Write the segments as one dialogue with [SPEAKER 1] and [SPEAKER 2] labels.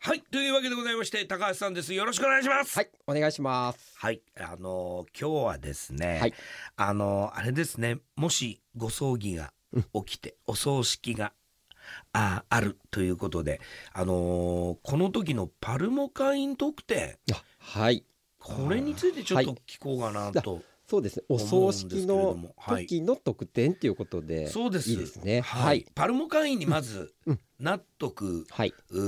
[SPEAKER 1] はいというわけでございまして高橋さんですよろしくお願いします
[SPEAKER 2] はい、お願いします。
[SPEAKER 1] はい、あのー今日はですね、
[SPEAKER 2] はい
[SPEAKER 1] あのーあれですねもしご葬儀が起きて、お葬式がああるということで、あのーこの時のパルモ会員特典
[SPEAKER 2] はい、
[SPEAKER 1] これについてちょっと
[SPEAKER 2] は
[SPEAKER 1] 聞こうかなと、
[SPEAKER 2] そうですね。お葬式の時の特典ということで、
[SPEAKER 1] そうです
[SPEAKER 2] いいですね。
[SPEAKER 1] はい
[SPEAKER 2] はい、
[SPEAKER 1] パルモ会員にまず
[SPEAKER 2] うん
[SPEAKER 1] 納得
[SPEAKER 2] はい、
[SPEAKER 1] う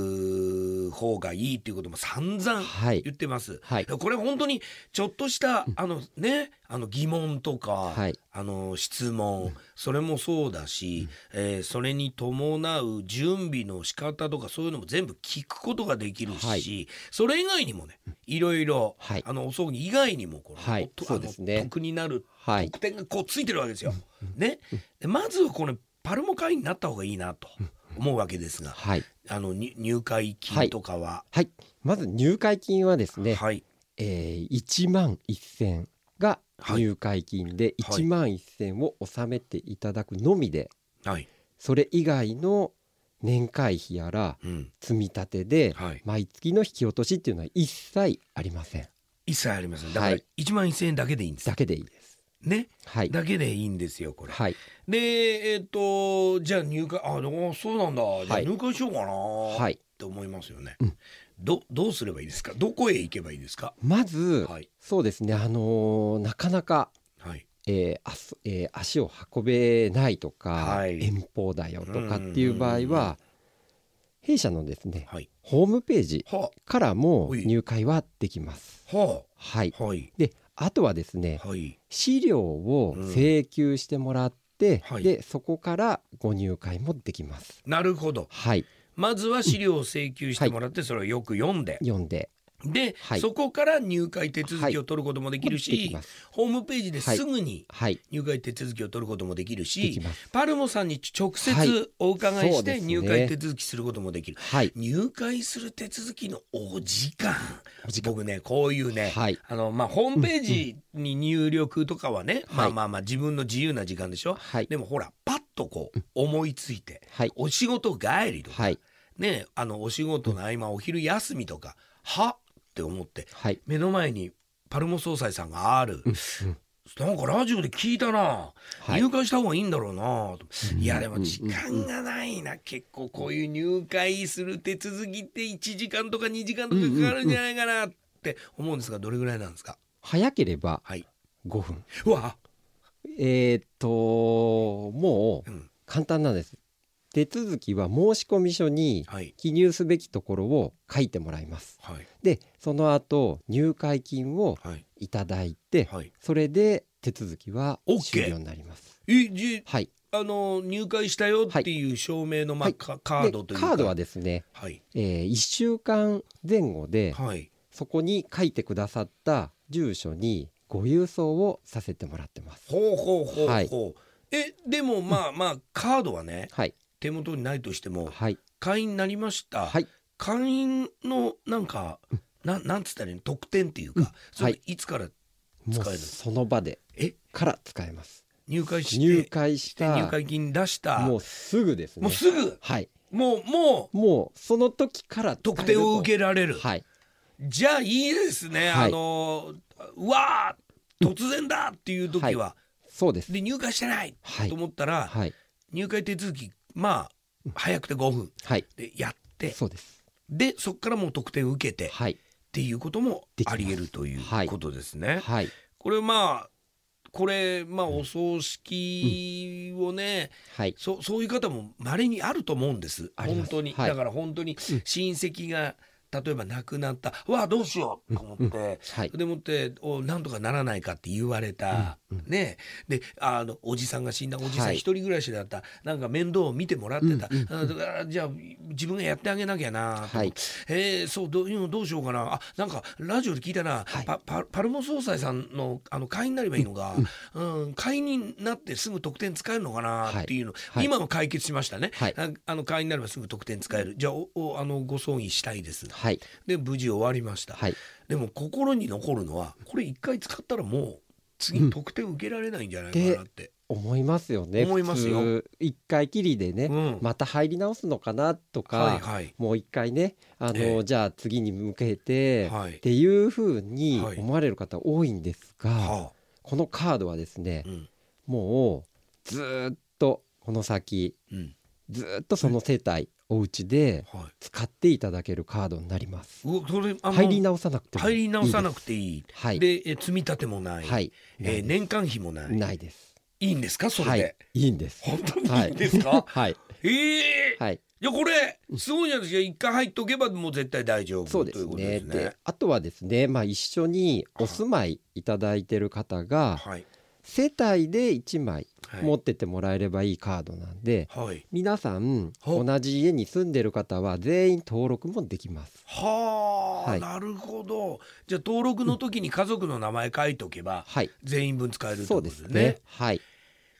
[SPEAKER 1] ー方がいいっていうことも散々
[SPEAKER 2] はい
[SPEAKER 1] 言、ってます。
[SPEAKER 2] はい、
[SPEAKER 1] これ本当にちょっとした、あのねあの疑問とか、
[SPEAKER 2] はい、
[SPEAKER 1] あの質問、それもそうだし、えーそれに伴う準備の仕方とかそういうのも全部聞くことができるし、
[SPEAKER 2] はい
[SPEAKER 1] それ以外にもねいろいろ、
[SPEAKER 2] はい
[SPEAKER 1] あのお葬儀以外にもこの、
[SPEAKER 2] はい
[SPEAKER 1] と
[SPEAKER 2] そうですね
[SPEAKER 1] あの得になる
[SPEAKER 2] はい
[SPEAKER 1] 得、点がこうついてるわけですよ。ね、でまずはこのパルモ会員になった方がいいなと思うわけですが、
[SPEAKER 2] はい、
[SPEAKER 1] あのに入会金とかは、
[SPEAKER 2] はい。まず入会金はです
[SPEAKER 1] はい
[SPEAKER 2] ね、えー、1万1000が入会金で、
[SPEAKER 1] はい
[SPEAKER 2] 1万1000を納めていただくのみで、
[SPEAKER 1] はい
[SPEAKER 2] それ以外の年会費やら
[SPEAKER 1] うん
[SPEAKER 2] 積み立てで
[SPEAKER 1] はい、
[SPEAKER 2] 毎月の引き落としっていうのは一切ありません。
[SPEAKER 1] 一切ありませんだから
[SPEAKER 2] はい
[SPEAKER 1] 1万1,000円だけでいいんです、
[SPEAKER 2] だけでいいです。
[SPEAKER 1] ね
[SPEAKER 2] はい、
[SPEAKER 1] だけでいいんですよこれ。
[SPEAKER 2] はい。
[SPEAKER 1] でえっ、とじゃあ入会あでもそうなんだ、じゃあ
[SPEAKER 2] はい
[SPEAKER 1] 入会しようかな、
[SPEAKER 2] は
[SPEAKER 1] っ
[SPEAKER 2] い、
[SPEAKER 1] て思いますよね、
[SPEAKER 2] うん
[SPEAKER 1] どどうすればいいですかどこへ行けばいいですか、
[SPEAKER 2] まず、
[SPEAKER 1] はい
[SPEAKER 2] そうですね、あのーなかなか、
[SPEAKER 1] はい
[SPEAKER 2] えーあそえー足を運べないとか、
[SPEAKER 1] はい
[SPEAKER 2] 遠方だよとかっていう場合
[SPEAKER 1] うんうんうん
[SPEAKER 2] は、弊社のですね、
[SPEAKER 1] はい
[SPEAKER 2] ホームページ
[SPEAKER 1] は
[SPEAKER 2] からも
[SPEAKER 1] おい
[SPEAKER 2] 入会はできます。
[SPEAKER 1] あは
[SPEAKER 2] はい
[SPEAKER 1] あ、はい
[SPEAKER 2] であとはですね、
[SPEAKER 1] はい
[SPEAKER 2] 資料を請求してもらって、
[SPEAKER 1] うんはい
[SPEAKER 2] でそこからご入会もできます。
[SPEAKER 1] なるほど
[SPEAKER 2] はい、
[SPEAKER 1] まずは資料を請求してもらってそれをよく読んで、
[SPEAKER 2] 読んで
[SPEAKER 1] で、
[SPEAKER 2] はい
[SPEAKER 1] そこから入会手続きを取ることもできる
[SPEAKER 2] でき
[SPEAKER 1] し、
[SPEAKER 2] ます。
[SPEAKER 1] ホームページですぐに
[SPEAKER 2] はい、
[SPEAKER 1] 入会手続きを取ることもできる
[SPEAKER 2] で
[SPEAKER 1] し
[SPEAKER 2] き、ます。
[SPEAKER 1] パルモさんに直
[SPEAKER 2] はい
[SPEAKER 1] 接お伺い
[SPEAKER 2] そ
[SPEAKER 1] し
[SPEAKER 2] うで
[SPEAKER 1] て
[SPEAKER 2] すね
[SPEAKER 1] 入会手続きすることもできる。
[SPEAKER 2] はい、
[SPEAKER 1] 入会する手続きのお時間
[SPEAKER 2] お時間
[SPEAKER 1] 僕ねこういうね、
[SPEAKER 2] はい、
[SPEAKER 1] あのまあ、ホームページに入力とかはね、
[SPEAKER 2] うん
[SPEAKER 1] まあまあまあ自分の自由な時間でしょ、
[SPEAKER 2] はい、
[SPEAKER 1] でもほらパッとこう思いついて、
[SPEAKER 2] はい、
[SPEAKER 1] お仕事帰りとか、
[SPEAKER 2] はい、
[SPEAKER 1] ねあのお仕事の合間お昼休みとかはって思って
[SPEAKER 2] はい。
[SPEAKER 1] 目の前にパルモ総裁さんがある、なんかラジオで聞いたな、
[SPEAKER 2] はい
[SPEAKER 1] 入会した方がいいんだろうなと
[SPEAKER 2] うん
[SPEAKER 1] いやでも時間がないな、結構こういう入会する手続きって1時間とか2時間とかかかるんじゃないかなって思うんですがどれぐらいなんですか
[SPEAKER 2] 早ければ
[SPEAKER 1] はい
[SPEAKER 2] 5分。
[SPEAKER 1] うわ、
[SPEAKER 2] えーっとも
[SPEAKER 1] う、
[SPEAKER 2] うん簡単なんです。手続きは申込書に
[SPEAKER 1] はい
[SPEAKER 2] 記入すべきところを書いてもらいます。
[SPEAKER 1] はい
[SPEAKER 2] でその後入会金を
[SPEAKER 1] はい
[SPEAKER 2] いただいて
[SPEAKER 1] はい
[SPEAKER 2] それで手続きは
[SPEAKER 1] OK
[SPEAKER 2] 終了になります。
[SPEAKER 1] えじ
[SPEAKER 2] はい、
[SPEAKER 1] あの入会したよっていう証明の、まあ
[SPEAKER 2] はい
[SPEAKER 1] かカードと
[SPEAKER 2] で
[SPEAKER 1] いうか
[SPEAKER 2] カードはですね、
[SPEAKER 1] はい
[SPEAKER 2] え1週間前後で
[SPEAKER 1] はい
[SPEAKER 2] そこに書いてくださった住所にご郵送をさせてもらってます。
[SPEAKER 1] ほうほうほうほう、
[SPEAKER 2] はい
[SPEAKER 1] えでもまあまあカードはね
[SPEAKER 2] はい、
[SPEAKER 1] 手元にないとしても
[SPEAKER 2] はい、
[SPEAKER 1] 会員になりました、
[SPEAKER 2] はい
[SPEAKER 1] 会員のなんかななんつったらいいの特典っていうか、それ
[SPEAKER 2] はい
[SPEAKER 1] いつから
[SPEAKER 2] もう
[SPEAKER 1] 使える
[SPEAKER 2] その場で
[SPEAKER 1] え
[SPEAKER 2] から使えます。
[SPEAKER 1] 入会して
[SPEAKER 2] 入会した
[SPEAKER 1] 入会金出した
[SPEAKER 2] も
[SPEAKER 1] も
[SPEAKER 2] うすぐです
[SPEAKER 1] う,、
[SPEAKER 2] ね
[SPEAKER 1] すぐ
[SPEAKER 2] はい
[SPEAKER 1] もうもう
[SPEAKER 2] もうその時から
[SPEAKER 1] 特典を受
[SPEAKER 2] け
[SPEAKER 1] けられる、
[SPEAKER 2] はい
[SPEAKER 1] じゃあいいですね、
[SPEAKER 2] はい
[SPEAKER 1] あのうわー突然だっていう時は、
[SPEAKER 2] そうです
[SPEAKER 1] で入会してない
[SPEAKER 2] はい
[SPEAKER 1] と思ったら、
[SPEAKER 2] はい
[SPEAKER 1] 入会手続きまあ早くて5分
[SPEAKER 2] はい
[SPEAKER 1] でやって
[SPEAKER 2] そうです
[SPEAKER 1] でそこからもう特典受けてっ
[SPEAKER 2] はい
[SPEAKER 1] ていうことも
[SPEAKER 2] できま
[SPEAKER 1] あ
[SPEAKER 2] す
[SPEAKER 1] り得るという
[SPEAKER 2] はい
[SPEAKER 1] ことですね。
[SPEAKER 2] はい
[SPEAKER 1] これまあこれまあお葬式をね、
[SPEAKER 2] はい
[SPEAKER 1] そそういう方も稀にあると思うんです
[SPEAKER 2] ありま
[SPEAKER 1] 本
[SPEAKER 2] す
[SPEAKER 1] 当に、
[SPEAKER 2] はい
[SPEAKER 1] だから本当に親戚が例えば亡くなったわあどうしようと思って、
[SPEAKER 2] はい
[SPEAKER 1] でもっておなんとかならないかって言われた、ねであのおじさんが死んだおじさ
[SPEAKER 2] は
[SPEAKER 1] ん
[SPEAKER 2] い
[SPEAKER 1] 一人暮らしだった、なんか面倒を見てもらってた、
[SPEAKER 2] うんうん
[SPEAKER 1] あだからじゃあ自分がやってあげなきゃなと、
[SPEAKER 2] はい
[SPEAKER 1] えーそうどううんどうしようかなあなんかラジオで聞いたな、
[SPEAKER 2] はい
[SPEAKER 1] パパパルモ総裁さんのあの会員になればいいのが、うん会員になってすぐ得点使えるのかなっていうの、
[SPEAKER 2] はい
[SPEAKER 1] 今の解決しましたね、
[SPEAKER 2] はい
[SPEAKER 1] ああの会員になればすぐ得点使えるじゃあおおあのご葬儀したいです
[SPEAKER 2] はい
[SPEAKER 1] で無事終わりました。
[SPEAKER 2] はい
[SPEAKER 1] でも心に残るのはこれ一回使ったらもう次特典受けられないんじゃないかなって、
[SPEAKER 2] 思いますよね
[SPEAKER 1] 思いますよ
[SPEAKER 2] 普通一回きりでね、
[SPEAKER 1] うん
[SPEAKER 2] また入り直すのかなとか、
[SPEAKER 1] はいはい
[SPEAKER 2] もう一回ねあの、
[SPEAKER 1] ええ
[SPEAKER 2] じゃあ次に向けて、
[SPEAKER 1] はい
[SPEAKER 2] っていうふうに
[SPEAKER 1] はい
[SPEAKER 2] 思われる方多いんですが、
[SPEAKER 1] は
[SPEAKER 2] このカードはですね
[SPEAKER 1] あ、うん
[SPEAKER 2] もうずーっとこの先
[SPEAKER 1] うん
[SPEAKER 2] ずーっとその世帯お家で
[SPEAKER 1] はい、
[SPEAKER 2] 使っていただけるカードになります。
[SPEAKER 1] うわそれあの
[SPEAKER 2] 入り直さなくてもいい
[SPEAKER 1] 入り直さなくて
[SPEAKER 2] い
[SPEAKER 1] いい
[SPEAKER 2] です。はい。
[SPEAKER 1] でえ積み立てもない、
[SPEAKER 2] はい。
[SPEAKER 1] えー年間費もない、い、
[SPEAKER 2] ないです。
[SPEAKER 1] いんですかそれ
[SPEAKER 2] は
[SPEAKER 1] で、
[SPEAKER 2] い。いいんです。
[SPEAKER 1] 本当にいいんですか、
[SPEAKER 2] はい。
[SPEAKER 1] ええ
[SPEAKER 2] はい。
[SPEAKER 1] いやこれすごいじゃないですか一回入っとけばもう絶対大丈夫
[SPEAKER 2] そうです
[SPEAKER 1] というこ
[SPEAKER 2] ね。
[SPEAKER 1] とですね
[SPEAKER 2] で、あとはですね、まあ一緒にお住まいいただいてる方が
[SPEAKER 1] はい
[SPEAKER 2] 世帯で一枚
[SPEAKER 1] はい
[SPEAKER 2] 持ってってもらえればいいカードなんで、
[SPEAKER 1] はい
[SPEAKER 2] 皆さん
[SPEAKER 1] ほう
[SPEAKER 2] 同じ家に住んでる方は全員登録もできます。
[SPEAKER 1] はあ、
[SPEAKER 2] はい
[SPEAKER 1] なるほどじゃあ登録の時に家族の名前書いとけば、
[SPEAKER 2] はい。
[SPEAKER 1] 全員分使えるって
[SPEAKER 2] そ
[SPEAKER 1] こ
[SPEAKER 2] う
[SPEAKER 1] と
[SPEAKER 2] で
[SPEAKER 1] です
[SPEAKER 2] す
[SPEAKER 1] ね
[SPEAKER 2] ね。はい。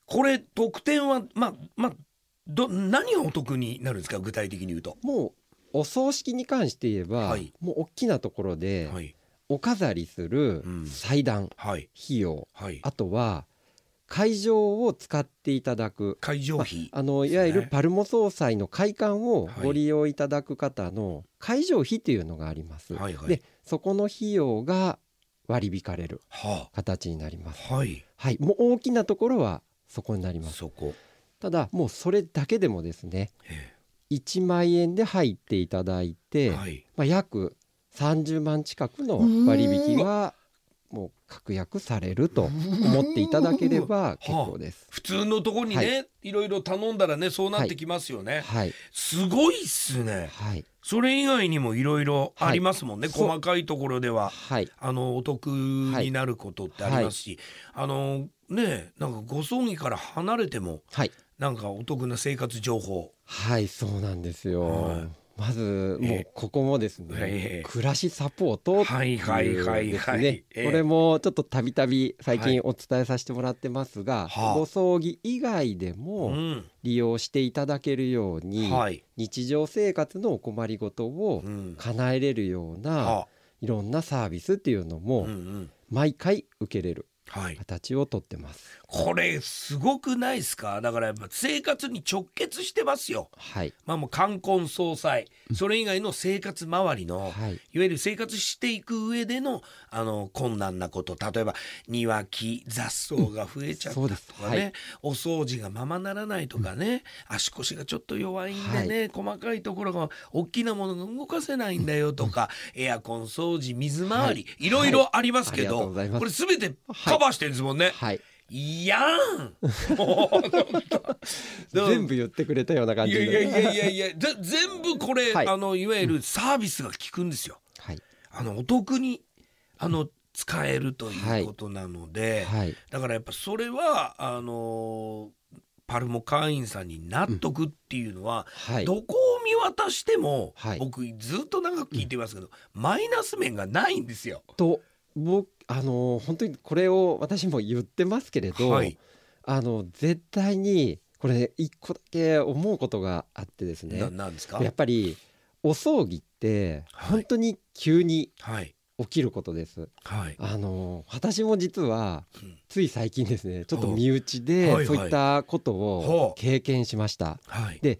[SPEAKER 1] これ特典はまあまあど何がお得になるんですか具体的に言うと、
[SPEAKER 2] もうお葬式に関して言えば、
[SPEAKER 1] はい
[SPEAKER 2] もう大きなところで
[SPEAKER 1] はい
[SPEAKER 2] お飾りする
[SPEAKER 1] うん
[SPEAKER 2] 祭壇
[SPEAKER 1] はい
[SPEAKER 2] 費用、
[SPEAKER 1] はい
[SPEAKER 2] あとは会場を使っていただく
[SPEAKER 1] 会場費
[SPEAKER 2] あの
[SPEAKER 1] です
[SPEAKER 2] い
[SPEAKER 1] ね
[SPEAKER 2] わゆるパルモ総裁の会館を
[SPEAKER 1] はい
[SPEAKER 2] ご利用いただく方の会場費というのがあります、
[SPEAKER 1] はいはい
[SPEAKER 2] でそこの費用が割り引かれる
[SPEAKER 1] は
[SPEAKER 2] 形になります
[SPEAKER 1] あはい
[SPEAKER 2] はいもう大きなところはそこになります
[SPEAKER 1] そこ
[SPEAKER 2] ただもうそれだけでもですね
[SPEAKER 1] え
[SPEAKER 2] 1万円で入っていただい
[SPEAKER 1] え
[SPEAKER 2] て、
[SPEAKER 1] はい
[SPEAKER 2] まあ、約30万近くの割引はもう確約されると思っていただければ結構です。
[SPEAKER 1] 普通のとこにね、、
[SPEAKER 2] はい
[SPEAKER 1] ろいろ頼んだらねそうなってきますよね、
[SPEAKER 2] はい、
[SPEAKER 1] すごいっすね
[SPEAKER 2] はい、
[SPEAKER 1] それ以外にもいろいろありますもんね、
[SPEAKER 2] はいそう
[SPEAKER 1] 細かいところでは
[SPEAKER 2] はい、
[SPEAKER 1] あのお得になることってありますし、あのねなんかご葬儀から離れても
[SPEAKER 2] はい、
[SPEAKER 1] なんかお得な生活情報
[SPEAKER 2] はい、そうなんですよ。
[SPEAKER 1] はい
[SPEAKER 2] まずも
[SPEAKER 1] え
[SPEAKER 2] うここもですね、
[SPEAKER 1] ええ
[SPEAKER 2] 暮らしサポートって
[SPEAKER 1] はいはい
[SPEAKER 2] いう
[SPEAKER 1] はい
[SPEAKER 2] です
[SPEAKER 1] はい
[SPEAKER 2] ね、
[SPEAKER 1] ええ
[SPEAKER 2] これもちょっとたびたび最
[SPEAKER 1] はい
[SPEAKER 2] 近お伝えさせてもらってますが、
[SPEAKER 1] はあ
[SPEAKER 2] ご葬儀以外で
[SPEAKER 1] う
[SPEAKER 2] も
[SPEAKER 1] ん
[SPEAKER 2] 利用していただけるように、
[SPEAKER 1] はい、
[SPEAKER 2] 日常生活のお困りごとを
[SPEAKER 1] うん
[SPEAKER 2] 叶えれるような、
[SPEAKER 1] はい
[SPEAKER 2] ろんなサービスっていうの
[SPEAKER 1] あうん
[SPEAKER 2] も
[SPEAKER 1] うん
[SPEAKER 2] 毎回受けれる
[SPEAKER 1] はい、
[SPEAKER 2] 形をとってます。
[SPEAKER 1] これすごくないですかだからやっぱ生活に直結してますよ
[SPEAKER 2] はい。
[SPEAKER 1] まあもう冠婚葬祭それ以外の生活周りの、
[SPEAKER 2] は
[SPEAKER 1] い
[SPEAKER 2] い。
[SPEAKER 1] わゆる生活していく上でのあの困難なこと例えば庭木雑草が増えちゃった
[SPEAKER 2] そう
[SPEAKER 1] と
[SPEAKER 2] です
[SPEAKER 1] かね、お掃除がままならないとかね、足腰がちょっと弱いんでね、細かいところが大きなものが動かせないんだよとか、エアコン掃除水回り、い、ろいろありますけど、
[SPEAKER 2] はいありがとうございます
[SPEAKER 1] これ全てカバーしてるんですもんね。
[SPEAKER 2] はい。
[SPEAKER 1] い、やーん もうなんかでも
[SPEAKER 2] 全部言ってくれたような感
[SPEAKER 1] い
[SPEAKER 2] じ
[SPEAKER 1] や
[SPEAKER 2] で。
[SPEAKER 1] いやいやいやいやぜ全部これ、
[SPEAKER 2] はい
[SPEAKER 1] あのいわゆるサービスが効くんですよ。
[SPEAKER 2] はい。
[SPEAKER 1] あのお得にあの使えるということなので、
[SPEAKER 2] はい。
[SPEAKER 1] だからやっぱそれはあのパルモ会員さんに納得っていうのは、
[SPEAKER 2] はい。
[SPEAKER 1] どこを見渡しても、
[SPEAKER 2] はい
[SPEAKER 1] 僕ずっと長く聞いてますけど、マイナス面がないんですよ。
[SPEAKER 2] と、僕、あのー、本当にこれを私も言ってますけれど、
[SPEAKER 1] はい
[SPEAKER 2] あの、絶対に、これね、一個だけ思うことがあってです
[SPEAKER 1] な
[SPEAKER 2] ね。
[SPEAKER 1] なんですか
[SPEAKER 2] やっぱり、お葬儀って、
[SPEAKER 1] はい
[SPEAKER 2] 本当に急に
[SPEAKER 1] はい
[SPEAKER 2] 起きることです。
[SPEAKER 1] はい
[SPEAKER 2] あの私も実は
[SPEAKER 1] うん
[SPEAKER 2] つい最近ですねちょっと
[SPEAKER 1] ほう
[SPEAKER 2] 身内
[SPEAKER 1] はいは
[SPEAKER 2] で
[SPEAKER 1] い
[SPEAKER 2] そういったこと
[SPEAKER 1] ほ
[SPEAKER 2] を
[SPEAKER 1] う
[SPEAKER 2] 経験しました、
[SPEAKER 1] はい
[SPEAKER 2] で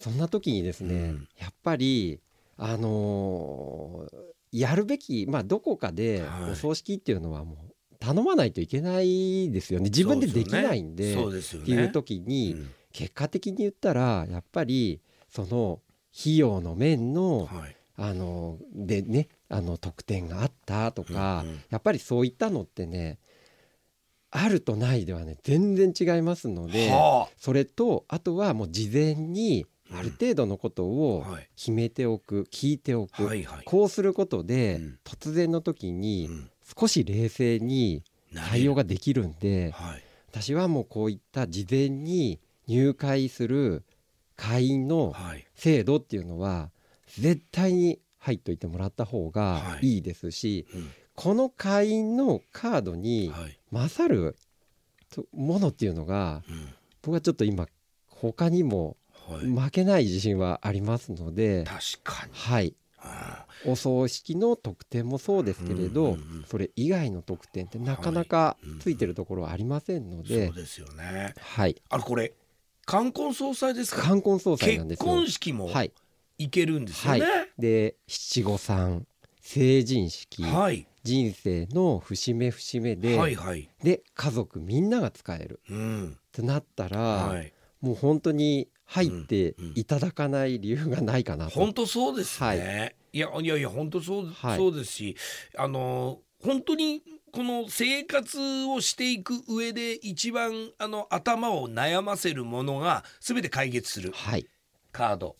[SPEAKER 2] そんな時にですね、
[SPEAKER 1] うん
[SPEAKER 2] やっぱりあのーやるべきまあどこかで
[SPEAKER 1] はい
[SPEAKER 2] お葬式っていうのはもう頼まないといけないですよね自分でできないんで
[SPEAKER 1] そうですよね。
[SPEAKER 2] っていう時に、
[SPEAKER 1] うん
[SPEAKER 2] 結果的に言ったらやっぱりその費用の面の、
[SPEAKER 1] はい
[SPEAKER 2] あのでねあの特典があったとか、
[SPEAKER 1] うんうん
[SPEAKER 2] やっぱりそういったのってねあるとないではね全然違いますので、
[SPEAKER 1] は
[SPEAKER 2] それとあとはもう事前に
[SPEAKER 1] うん
[SPEAKER 2] ある程度のこと
[SPEAKER 1] あ
[SPEAKER 2] を
[SPEAKER 1] はい
[SPEAKER 2] 決めておく、聞いておく、
[SPEAKER 1] はいはい。
[SPEAKER 2] こうすることで、
[SPEAKER 1] うん
[SPEAKER 2] 突然の時に
[SPEAKER 1] うん
[SPEAKER 2] 少し冷静に対応ができるんで
[SPEAKER 1] はい
[SPEAKER 2] 私はもうこういった事前に入会する会員の
[SPEAKER 1] はい
[SPEAKER 2] 制度っていうのは絶対に入っといてもらった方が
[SPEAKER 1] はい
[SPEAKER 2] いいですし、
[SPEAKER 1] うん
[SPEAKER 2] この会員のカードに
[SPEAKER 1] はい
[SPEAKER 2] 勝るとものっていうのが
[SPEAKER 1] うん
[SPEAKER 2] 僕はちょっと今他にも
[SPEAKER 1] はい
[SPEAKER 2] 負けない自信はありますので、
[SPEAKER 1] 確かに。
[SPEAKER 2] はい
[SPEAKER 1] ああ
[SPEAKER 2] お葬式の特典もそうですけれ
[SPEAKER 1] うん
[SPEAKER 2] ど
[SPEAKER 1] うんうん
[SPEAKER 2] それ以外の特典ってなかなかついてるところはありませんので
[SPEAKER 1] そうですよね
[SPEAKER 2] はい
[SPEAKER 1] あれこれ冠婚葬祭ですか
[SPEAKER 2] 冠婚葬祭なんで
[SPEAKER 1] 結
[SPEAKER 2] すよ
[SPEAKER 1] 婚式も
[SPEAKER 2] はい
[SPEAKER 1] いけるんですよね
[SPEAKER 2] はで七五三成人式
[SPEAKER 1] はい
[SPEAKER 2] 人生の節目節目で、
[SPEAKER 1] はいはい
[SPEAKER 2] で家族みんなが使える
[SPEAKER 1] うん
[SPEAKER 2] ってなったら、
[SPEAKER 1] はい
[SPEAKER 2] もう本当に入って
[SPEAKER 1] うんうん
[SPEAKER 2] いただかない理由がないかなと、
[SPEAKER 1] 本当そうですね、い、やいやいや本当そう,、
[SPEAKER 2] はい
[SPEAKER 1] そうですしあの本当にこの生活をしていく上で一番あの頭を悩ませるものが全て解決する
[SPEAKER 2] はい
[SPEAKER 1] カード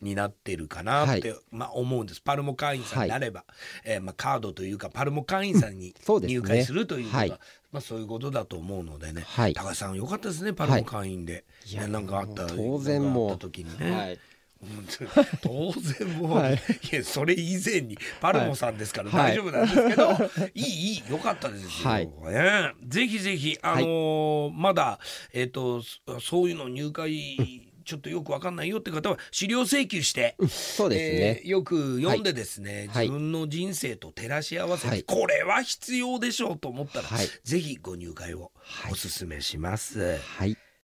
[SPEAKER 1] になってるかなって、まあ、思うんですパルモ会員さんになれば、えーまあ、カードというかパルモ会員さんに
[SPEAKER 2] そうですね
[SPEAKER 1] 入会するというのが
[SPEAKER 2] はい
[SPEAKER 1] まあ、そういうことだと思うのでね、
[SPEAKER 2] はい
[SPEAKER 1] 高橋さんよかったですねパルモ会員で、
[SPEAKER 2] い
[SPEAKER 1] い
[SPEAKER 2] いや
[SPEAKER 1] やなんかあった
[SPEAKER 2] 当然もう
[SPEAKER 1] なんかあった時にね。
[SPEAKER 2] はい
[SPEAKER 1] 当然もう、
[SPEAKER 2] はい
[SPEAKER 1] い、やそれ以前にパルモさんですから
[SPEAKER 2] は
[SPEAKER 1] 大
[SPEAKER 2] い
[SPEAKER 1] 丈夫なんですけど、 い、いいいよかったですよ、
[SPEAKER 2] はい
[SPEAKER 1] ねぜひぜひあのーまだえっ、とそそういうの入会ちょっとよくわかんないよって方は資料請求して、
[SPEAKER 2] そうですね、
[SPEAKER 1] えーよく読んでですね、
[SPEAKER 2] はい
[SPEAKER 1] 自分の人生と照らし合わせて、
[SPEAKER 2] はい
[SPEAKER 1] これは必要でしょうと思ったら、
[SPEAKER 2] はい
[SPEAKER 1] ぜひご入会をお勧めします。
[SPEAKER 2] はい